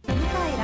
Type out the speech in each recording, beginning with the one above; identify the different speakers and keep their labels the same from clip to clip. Speaker 1: 蘭の調和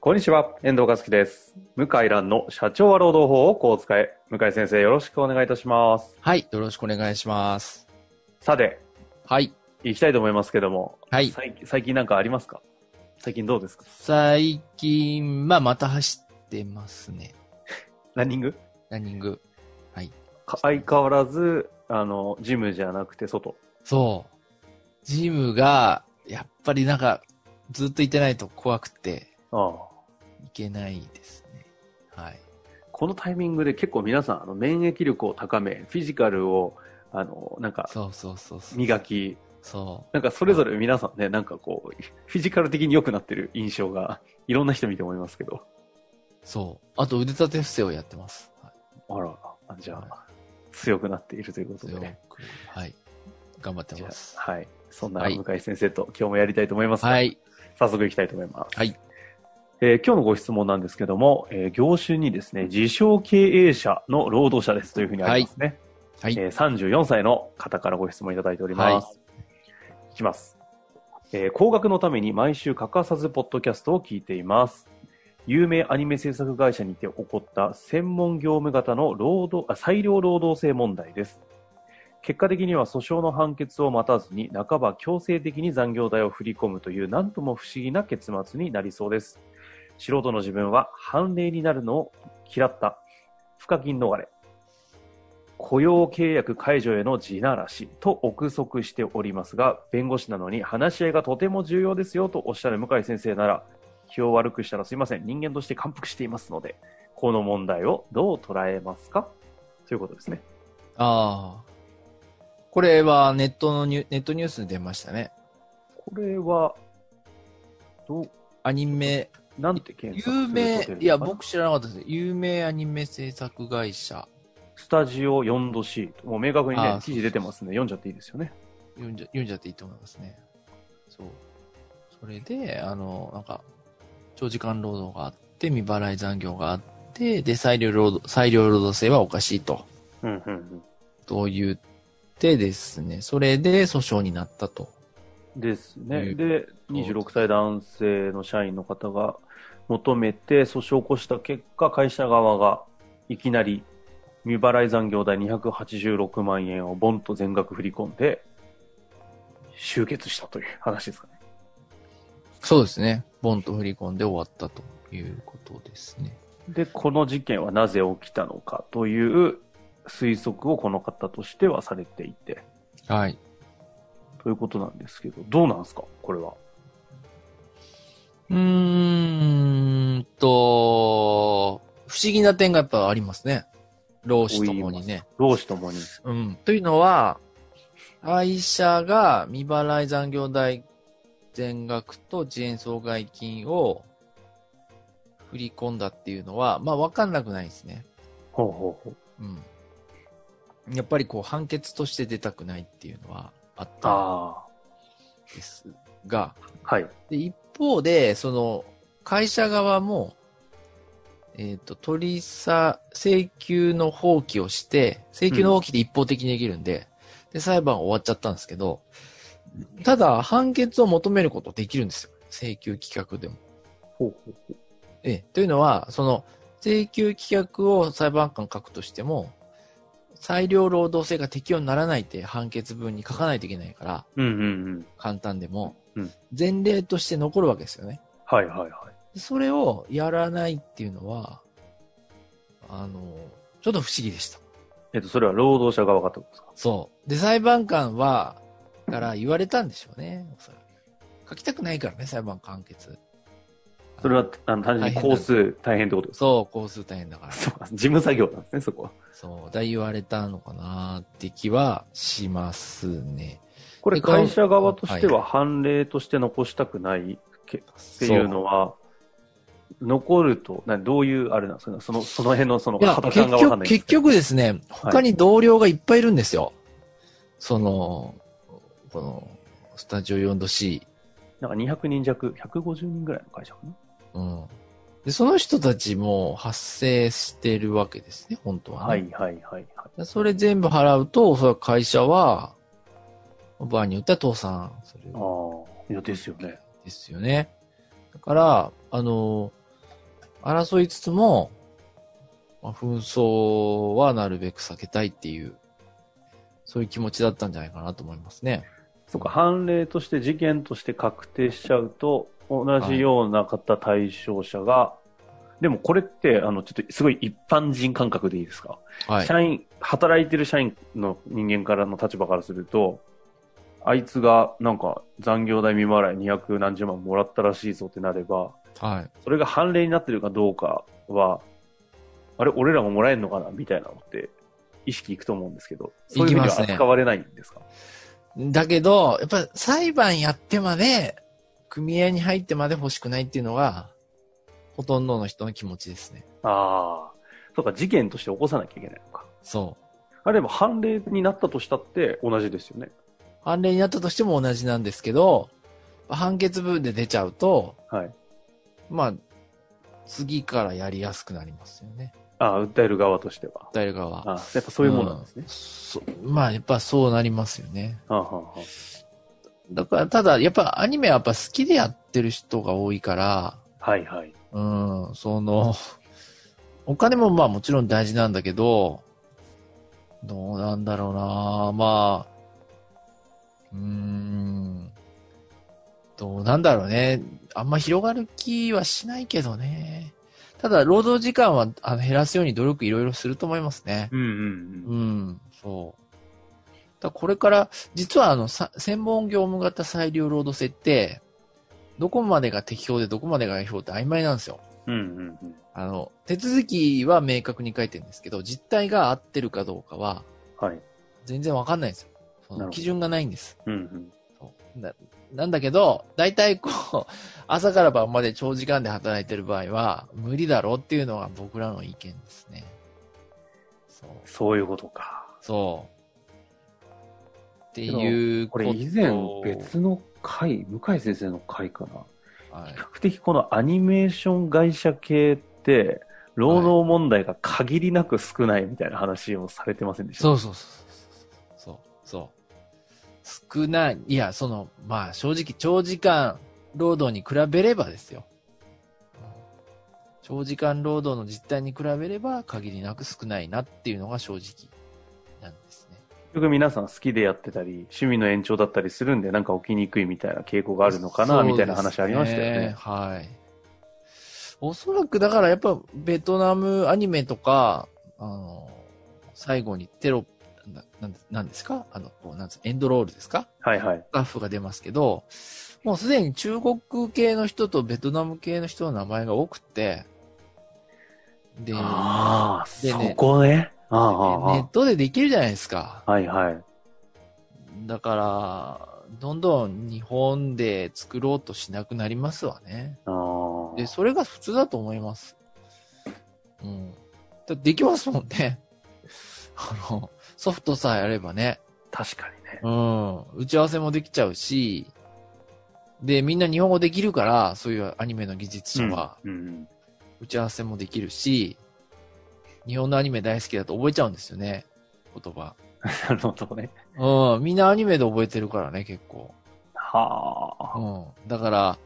Speaker 2: こんにちは、遠藤和樹です。向井蘭の社長は労働法をこう使え。向井先生、よろしくお願いいたします。
Speaker 3: はい、よろしくお願いします。
Speaker 2: さて、
Speaker 3: はい。
Speaker 2: 行きたいと思いますけども、
Speaker 3: はい。
Speaker 2: 最近最近なんかありますか最近どうですか
Speaker 3: 最近、まあ、また走ってますね。
Speaker 2: ランニング
Speaker 3: ランニング。
Speaker 2: か相変わらず、あの、ジムじゃなくて外。
Speaker 3: そう。ジムが、やっぱりなんか、ずっと行ってないと怖くて、
Speaker 2: ああ
Speaker 3: 行けないですね。はい。
Speaker 2: このタイミングで結構皆さん、あの免疫力を高め、フィジカルを、あの、なんか、
Speaker 3: そうそうそうそう。
Speaker 2: 磨。き、
Speaker 3: そ
Speaker 2: なんかそれぞれ皆さんね、なんかこう、フィジカル的に良くなってる印象が、いろんな人見て思いますけど。
Speaker 3: う。そう。あと、腕立て伏せをやってます。はい
Speaker 2: あら、あじゃ
Speaker 3: はい
Speaker 2: あ、強くなっているということ
Speaker 3: 強
Speaker 2: で、ね。
Speaker 3: くはい。頑張って
Speaker 2: じゃ
Speaker 3: ます
Speaker 2: あ。はい。そんな
Speaker 3: はい
Speaker 2: 向井先生と今日もやりたいと思いますが、
Speaker 3: はい。
Speaker 2: 早速いきたいと思います。
Speaker 3: はい。
Speaker 2: えー今日のご質問なんですけども、えー業種にですね、自称経営者の労働者ですというふうにありますね。
Speaker 3: はい。
Speaker 2: えー34歳の方からご質問いただいております。いきます。えー高額のために毎週欠かさずポッドキャストを聞いています。有名アニメ制作会社にて起こった専門業務型の労働あ裁量労働制問題です。結果的には訴訟の判決を待たずに半ば強制的に残業代を振り込むという何とも不思議な結末になりそうです。素人の自分は判例になるのを嫌った。不課金逃れ。雇用契約解除への地ならしと憶測しておりますが、弁護士なのに話し合いがとても重要ですよとおっしゃる向井先生なら、気を悪くしたらすいません。人間として感服していますので、この問題をどう捉えますかということですね。
Speaker 3: ああ。これはネットのニュ、ネットニュースに出ましたね。
Speaker 2: これは、どう、
Speaker 3: アニメ、
Speaker 2: なんて検索
Speaker 3: 有
Speaker 2: すると出るの
Speaker 3: 名
Speaker 2: かな、
Speaker 3: いや、僕知らなかったです。有名アニメ制作会社。
Speaker 2: スタジオ 4°C。もう明確に
Speaker 3: あ
Speaker 2: ね
Speaker 3: ー、
Speaker 2: 記事出てますね。読んじゃっていいですよね。
Speaker 3: 読んじゃ、読んじゃっていいと思いますね。そう。それで、あの、なんか、長時間労働があって、未払い残業があって、で、裁量労働、裁量労働制はおかしいと。
Speaker 2: うんうんうん。
Speaker 3: と言ってですね、それで訴訟になったと。
Speaker 2: ですね。
Speaker 3: いう
Speaker 2: で、26歳男性の社員の方が求めて訴訟を起こした結果、会社側がいきなり未払い残業代286万円をボンと全額振り込んで、終結したという話ですかね。
Speaker 3: そうですね。ボンと振り込んで終わったということですね。
Speaker 2: で、この事件はなぜ起きたのかという推測をこの方としてはされていて、
Speaker 3: はい。
Speaker 2: ということなんですけど、どうなんですかこれは。
Speaker 3: うーんと、不思議な点がやっぱありますね。労使ともにね。
Speaker 2: 労使ともに。
Speaker 3: うん。というのは、会社が未払い残業代全額と遅延損害金を振り込んだっていうのは、まあわかんなくないですね。
Speaker 2: ほうほうほう。
Speaker 3: うん。やっぱりこう判決として出たくないっていうのはあったん
Speaker 2: あ
Speaker 3: ですが、
Speaker 2: あ。はい。
Speaker 3: で、一方で、その、会社側も、えっ、と、取りさ、請求の放棄をして、請求の放棄で一方的にできるんで、で、裁判終わっちゃったんですけど、ただ、判決を求めることできるんですよ。請求棄却でも。
Speaker 2: ほうほうほう。
Speaker 3: ええ、というのは、その、請求棄却を裁判官書くとしても、裁量労働制が適用にならないって判決文に書かないといけないから、
Speaker 2: うんうんうん。
Speaker 3: 簡単でも
Speaker 2: うん、
Speaker 3: 前例として残るわけですよね。
Speaker 2: はいはいはい。
Speaker 3: それをやらないっていうのは、あの、ちょっと不思議でした。
Speaker 2: えっと、それは労働者側がってことですか
Speaker 3: そう。で、裁判官は、から言われたんでしょうね、おそらく。書きたくないからね、裁判官判決。
Speaker 2: それは、あの、単純に工数大変ってことです
Speaker 3: そう、工数大変だから
Speaker 2: か。 そうか、事務作業なんですね、そこは。
Speaker 3: そう、だ言われたのかなって気はしますね。
Speaker 2: これ
Speaker 3: でこの
Speaker 2: 会社側としては判例として残したくないけっていうのは、残ると、などういうあれなんですかね、そのその辺のその
Speaker 3: いや、
Speaker 2: 肌
Speaker 3: 結
Speaker 2: 感がわかんな
Speaker 3: 局、
Speaker 2: いんです
Speaker 3: 結
Speaker 2: けど
Speaker 3: 局ですね、他に同僚がいっぱいいるんですよ。その、この、スタジオ 4°C。
Speaker 2: なんか200人弱、150人ぐらいの会社かな。
Speaker 3: うん。で、その人たちも発生してるわけですね、本当は、ね。
Speaker 2: はいはいはいはい。
Speaker 3: でそれ全部払うと、おそらく会社は、場合によっては倒産する
Speaker 2: ああ、いやですよね。
Speaker 3: ですよね。だから、あの、争いつつも、まあ、紛争はなるべく避けたいっていう、そういう気持ちだったんじゃないかなと思いますね。
Speaker 2: そうか、判例として事件として確定しちゃうと、同じような方対象者が、でもこれって、あの、ちょっとすごい一般人感覚でいいですか、
Speaker 3: はい。
Speaker 2: 社員、働いてる社員の人間からの立場からすると、あいつがなんか残業代未払い200何十万もらったらしいぞってなれば、
Speaker 3: はい。
Speaker 2: それが判例になってるかどうかは、あれ、俺らももらえるのかなみたいなのって、意識いくと思うんですけど、そういう意味では
Speaker 3: いきますね
Speaker 2: 扱われないんですか
Speaker 3: だけど、やっぱ裁判やってまで、組合に入ってまで欲しくないっていうのが、ほとんどの人の気持ちですね。
Speaker 2: ああ、そうか、事件として起こさなきゃいけないのか。
Speaker 3: そ
Speaker 2: あれでも判例になったとしたって同じですよね。
Speaker 3: う。判例になったとしても同じなんですけど、判決文で出ちゃうと、
Speaker 2: はい。
Speaker 3: まあ、次からやりやすくなりますよね。
Speaker 2: ああ、訴える側としては。
Speaker 3: 訴える側は
Speaker 2: ああ、やっぱそういうものなんですね。
Speaker 3: そまあ、やっぱそうなりますよね。
Speaker 2: はあはあはあ
Speaker 3: だから、ただ、やっぱアニメはやっぱ好きでやってる人が多いから、
Speaker 2: はいはい。
Speaker 3: うん、その、お金もまあもちろん大事なんだけど、どうなんだろうなまあ、うーん、どうなんだろうね。あんま広がる気はしないけどね。ただ、労働時間はあの減らすように努力いろいろすると思いますね。
Speaker 2: うんうん
Speaker 3: う
Speaker 2: うん。
Speaker 3: ん、そう。だからこれから、実はあの、さ専門業務型裁量労働制って、どこまでが適法でどこまでが違法って曖昧なんですよ。
Speaker 2: うんうんうん。
Speaker 3: あの、手続きは明確に書いてるんですけど、実態が合ってるかどうかは
Speaker 2: はい。
Speaker 3: 全然わかんないんですよ。そ
Speaker 2: なる
Speaker 3: の
Speaker 2: ほど
Speaker 3: 基準がないんです。
Speaker 2: うんうん。
Speaker 3: そうななんだけど、大体こう、朝から晩まで長時間で働いてる場合は、無理だろうっていうのが僕らの意見ですね。そう。
Speaker 2: そういうことか。
Speaker 3: そう。っていう
Speaker 2: こ
Speaker 3: と
Speaker 2: れ以前別の回、向井先生の回かな。
Speaker 3: はい
Speaker 2: 比較的このアニメーション会社系って、労働問題が限りなく少ないみたいな話をされてませんでした
Speaker 3: そうそうそうそう。そう。そう。少ない。いや、その、まあ正直、長時間労働に比べればですよ。うん長時間労働の実態に比べれば限りなく少ないなっていうのが正直なんですね。
Speaker 2: 結局皆さん好きでやってたり、趣味の延長だったりするんで、なんか起きにくいみたいな傾向があるのかな、みたいな話ありましたよ
Speaker 3: そうです
Speaker 2: ね。
Speaker 3: はい。おそらくだからやっぱベトナムアニメとか、あの、最後にテロップ、ななんなんですかあの、こうなんつうエンドロールですか
Speaker 2: はいはい
Speaker 3: ス。タッフが出ますけど、もうすでに中国系の人とベトナム系の人の名前が多くて、で、
Speaker 2: ああ、
Speaker 3: で
Speaker 2: そ
Speaker 3: ね
Speaker 2: こね。あああ
Speaker 3: ネッ
Speaker 2: あ
Speaker 3: トでできるじゃないですか
Speaker 2: あ。あはいはい。
Speaker 3: だから、どんどん日本で作ろうとしなくなりますわね。
Speaker 2: ああ
Speaker 3: で、それが普通だと思います。うん。だってできますもんね。 あの、ソフトさえあればね。
Speaker 2: 確かにね。
Speaker 3: うん。打ち合わせもできちゃうし、で、みんな日本語できるから、そういうアニメの技術者は、
Speaker 2: うんうん
Speaker 3: 打ち合わせもできるし、日本のアニメ大好きだと覚えちゃうんですよね、言葉。
Speaker 2: なるほどね。
Speaker 3: うん、みんなアニメで覚えてるからね、結構。
Speaker 2: はあ。
Speaker 3: うん。だから、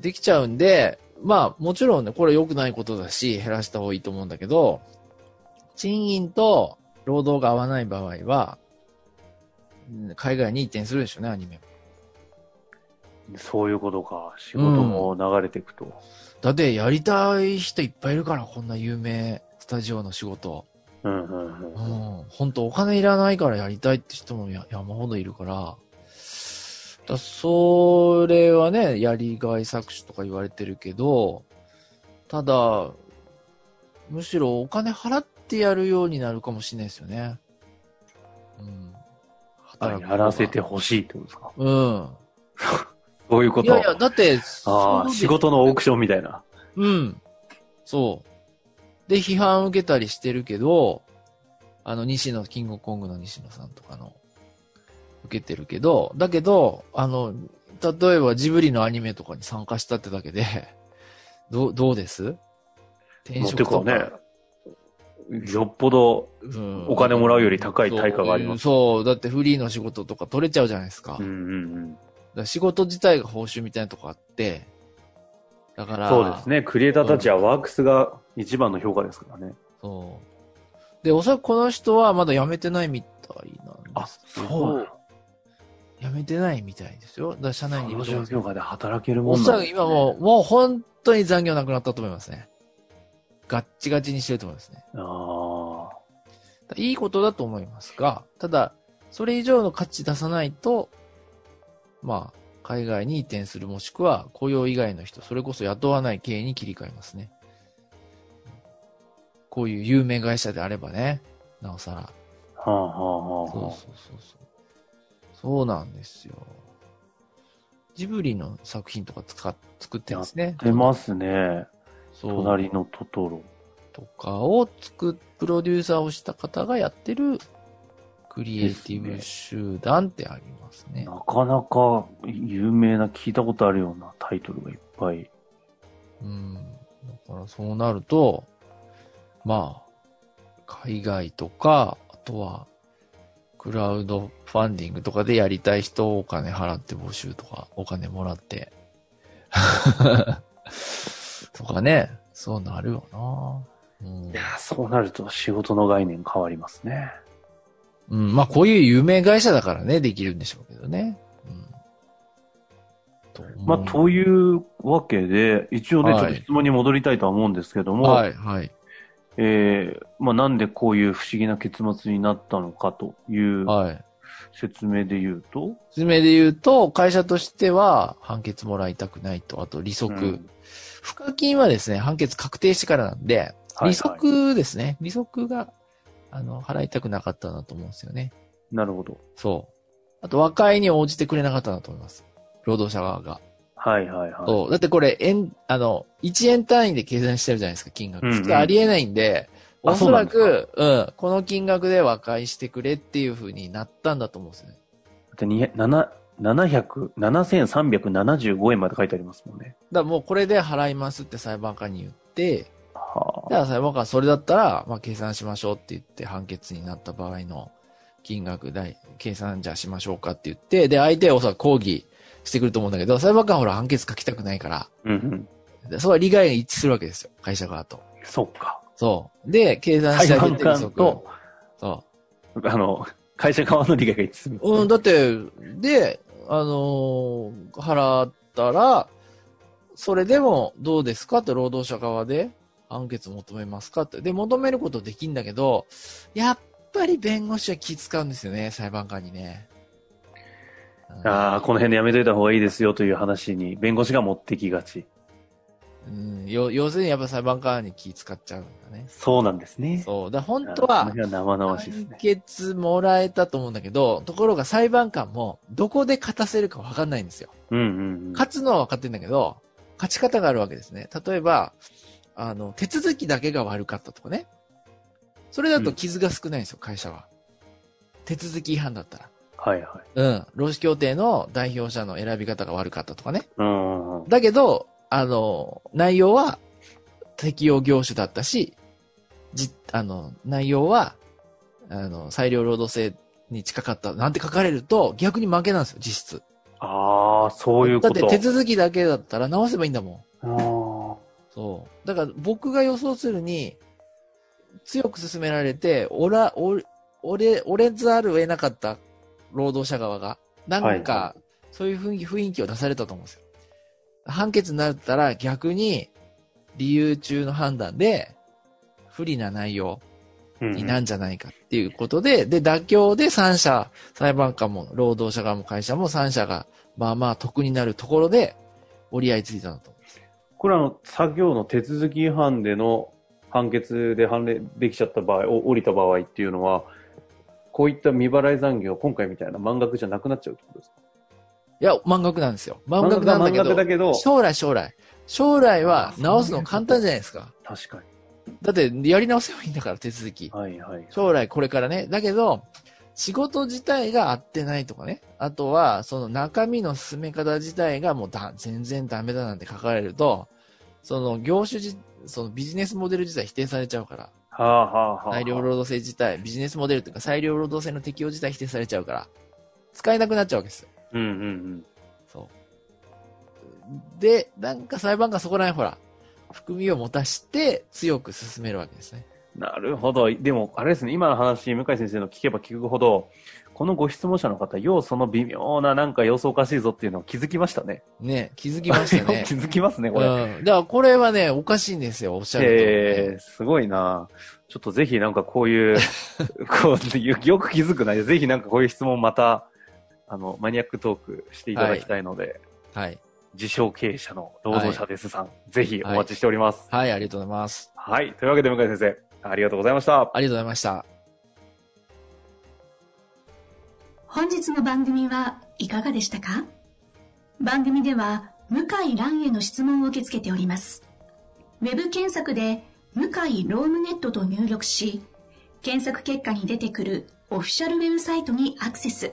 Speaker 3: できちゃうんで、まあ、もちろんね、これ良くないことだし、減らした方がいいと思うんだけど、賃金と労働が合わない場合は、うん海外に移転するでしょうね、アニメも
Speaker 2: そういうことか。仕事も流れていくと。
Speaker 3: だってやりたい人いっぱいいるから、こんな有名スタジオの仕事。
Speaker 2: うんうんう
Speaker 3: うんん。。本当お金いらないからやりたいって人もや山ほどいるから。だからそれはね、やりがい搾取とか言われてるけど、ただ、むしろお金払ってやるようになるかもしれないですよね。うん。から。
Speaker 2: やらせてほしいってことですか
Speaker 3: うん。
Speaker 2: そういうこ
Speaker 3: い
Speaker 2: と。
Speaker 3: やいや、だって、
Speaker 2: あ
Speaker 3: そ
Speaker 2: あ、
Speaker 3: う
Speaker 2: 仕事のオークションみたいな。
Speaker 3: うん。そう。で、批判受けたりしてるけど、あの、西野、キングコングの西野さんとかの、受けてるけど、だけど、あの、例えばジブリのアニメとかに参加したってだけで、どう、どうです転
Speaker 2: もう
Speaker 3: 職
Speaker 2: て
Speaker 3: と
Speaker 2: か
Speaker 3: か、
Speaker 2: ね、よっぽど、
Speaker 3: うん
Speaker 2: お金もらうより高い対価があります
Speaker 3: そう、そうだってフリーの仕事とか取れちゃうじゃないですか。
Speaker 2: うん
Speaker 3: だか
Speaker 2: うんうん。
Speaker 3: ら仕事自体が報酬みたいなとこあって、だから、
Speaker 2: そうですね。クリエイターたちはワークスが一番の評価ですからね。
Speaker 3: そう。で、おそらくこの人はまだ辞めてないみたいなんですけど。辞めてないみたいですよ。だから社内にい
Speaker 2: この
Speaker 3: ると思
Speaker 2: 状
Speaker 3: うんですよ
Speaker 2: 況下で働けるも
Speaker 3: お
Speaker 2: ん
Speaker 3: そ
Speaker 2: な
Speaker 3: ら
Speaker 2: ん
Speaker 3: く
Speaker 2: ですね
Speaker 3: 今もう、もう本当に残業なくなったと思いますね。ガッチガチにしてると思いますね。
Speaker 2: あ
Speaker 3: だいいことだと思いますが、ただ、それ以上の価値出さないと、まあ、海外に移転するもしくは雇用以外の人、それこそ雇わない経営に切り替えますね。こういう有名会社であればね、なおさら。
Speaker 2: あ。はあはあはあ
Speaker 3: そうそう
Speaker 2: は
Speaker 3: そうそう。そうなんですよ。ジブリの作品とか使っ作ってるんですね。
Speaker 2: あ。出ますね。
Speaker 3: そう。
Speaker 2: 隣のトトロ。
Speaker 3: とかを作っ、プロデューサーをした方がやってるクリエイティブ集団ってありますね。
Speaker 2: なかなか有名な、聞いたことあるようなタイトルがいっぱい。
Speaker 3: うん。だからそうなると、まあ、海外とか、あとは、クラウドファンディングとかでやりたい人をお金払って募集とか、お金も らって。とかね、そうなるよな。うん
Speaker 2: いや、そうなると仕事の概念変わりますね。
Speaker 3: うん、まあこういう有名会社だからね、できるんでしょうけどね。うん。と思
Speaker 2: まあ、というわけで、一応ね、ちょっ
Speaker 3: はい
Speaker 2: と質問に戻りたいとは思うんですけども、
Speaker 3: はい、はい、
Speaker 2: えーまあ、なんでこういう不思議な結末になったのかという
Speaker 3: はい。
Speaker 2: 説明で言うと、
Speaker 3: 説明で言うと、会社としては判決もらいたくないと、あと利息。
Speaker 2: うん
Speaker 3: 付加金はですね、判決確定してからなんで、
Speaker 2: はい
Speaker 3: 利息ですね。利息が、あの、払いたくなかったなと思うんですよね。
Speaker 2: なるほど。
Speaker 3: そう。あと、和解に応じてくれなかったなと思います。労働者側が。
Speaker 2: はいはいはい。
Speaker 3: そう。だってこれ、円、あの、1円単位で計算してるじゃないですか、金額。
Speaker 2: うんうん
Speaker 3: 普通ありえないんで、お
Speaker 2: あそ
Speaker 3: そう
Speaker 2: な
Speaker 3: ら
Speaker 2: んですか
Speaker 3: く、うん、この金額で和解してくれっていう風になったんだと思うんですよね。
Speaker 2: だってに7 700 7375円まで書いてありますもんね。
Speaker 3: だからもうこれで払いますって裁判官に言って、
Speaker 2: は
Speaker 3: じゃあ裁判官はそれだったら、まあ計算しましょうって言って判決になった場合の金額代、計算じゃあしましょうかって言って、で相手をさ、抗議してくると思うんだけど、裁判官はほら判決書きたくないから、
Speaker 2: あ。うんうん。
Speaker 3: でそれは利害が一致するわけですよ、会社側と。
Speaker 2: そっか。
Speaker 3: そう。で、計算し
Speaker 2: 裁
Speaker 3: てあ
Speaker 2: 判
Speaker 3: げて利
Speaker 2: 官
Speaker 3: 息。
Speaker 2: と、
Speaker 3: そ
Speaker 2: あの、会社側の利害が一致するんで
Speaker 3: う。うん、
Speaker 2: すね。
Speaker 3: だって、で、あのー払ったら、それでもどうですかって労働者側で判決求めますかって。で、求めることできんだけど、やっぱり弁護士は気使うんですよね、裁判官にね。うん
Speaker 2: ああ、この辺でやめといた方がいいですよという話に弁護士が持ってきがち。
Speaker 3: うん、よ要するにやっぱ裁判官に気使っちゃうんだね。
Speaker 2: そうなんですね。
Speaker 3: そう。だ本当
Speaker 2: あー
Speaker 3: は
Speaker 2: こ、の辺は生々しいです
Speaker 3: 判
Speaker 2: ね。
Speaker 3: 決もらえたと思うんだけど、ところが裁判官もどこで勝たせるかわかんないんですよ。
Speaker 2: うんうんうん。
Speaker 3: 勝つのは分かってんだけど、勝ち方があるわけですね。例えば、あの、手続きだけが悪かったとかね。それだと傷が少ないんですよ、会社は。手続き違反だったら。
Speaker 2: はいはい。
Speaker 3: うん。労使協定の代表者の選び方が悪かったとかね。
Speaker 2: うんうんうん。
Speaker 3: だけど、あの、内容は適用業種だったし、じ、あの、内容は、あの、裁量労働制に近かったなんて書かれると、逆に負けなんですよ、実質。
Speaker 2: ああ、そういうこと。
Speaker 3: だって手続きだけだったら直せばいいんだも
Speaker 2: あ
Speaker 3: ん。
Speaker 2: ー
Speaker 3: そう。だから僕が予想するに、強く勧められて、おら、お俺、俺ざるを得なかった労働者側が、なんか、
Speaker 2: は
Speaker 3: そういう雰囲気雰囲気を出されたと思うんですよ。判決になったら逆に、理由中の判断で、不利な内容
Speaker 2: うん
Speaker 3: になんじゃないかっていうことで、で、妥協で3社、裁判官も労働者側も会社も3社が、まあまあ得になるところで、折り合いついたんだと思う。
Speaker 2: これあの、作業の手続き違反での判決で判例できちゃった場合、お降りた場合っていうのは、こういった未払い残業、今回みたいな満額じゃなくなっちゃうってことですか
Speaker 3: いや、満額なんですよ。満額なんだけ
Speaker 2: 満額
Speaker 3: ど
Speaker 2: だ、けど、
Speaker 3: 将来将来。将来は直すの簡単じゃないですか。
Speaker 2: 確か
Speaker 3: だって、やり直せばいいんだから、手続き
Speaker 2: に。。はいはい。
Speaker 3: 将来これからね。だけど、仕事自体が合ってないとかね。あとは、その中身の進め方自体がもうだ全然ダメだなんて書かれると、その業種じ、そのビジネスモデル自体否定されちゃうから。
Speaker 2: はあはあはあ。
Speaker 3: 裁量労働制自体、ビジネスモデルというか裁量労働制の適用自体否定されちゃうから、使えなくなっちゃうわけですよ。
Speaker 2: うんうんうん。
Speaker 3: そう。で、なんか裁判官そこらへんほら、含みを持たして強く進めるわけですね。
Speaker 2: なるほど。でも、あれですね、今の話、向井先生の聞けば聞くほど、このご質問者の方、ようその微妙ななんか様子おかしいぞっていうのを気づきましたね。
Speaker 3: ね、気づきました ね
Speaker 2: 気。づきますね、これ。
Speaker 3: うん。だからこれはね、おかしいんですよ、おっしゃる
Speaker 2: えー、すごいなちょっとぜひなんかこういう、 こう、よく気づくない。ぜひなんかこういう質問また、あの、マニアックトークしていただきたいので、
Speaker 3: とね。はい。
Speaker 2: 自称経営者の労働者ですさん、ぜひお待ちしております。
Speaker 3: はい、ありがとうございます。
Speaker 2: はい、というわけで向井先生、ありがとうございました。
Speaker 3: ありがとうございました。
Speaker 1: 本日の番組はいかがでしたか番組では向井蘭への質問を受け付けております。ウェブ検索で向井ロームネットと入力し、検索結果に出てくるオフィシャルウェブサイトにアクセス。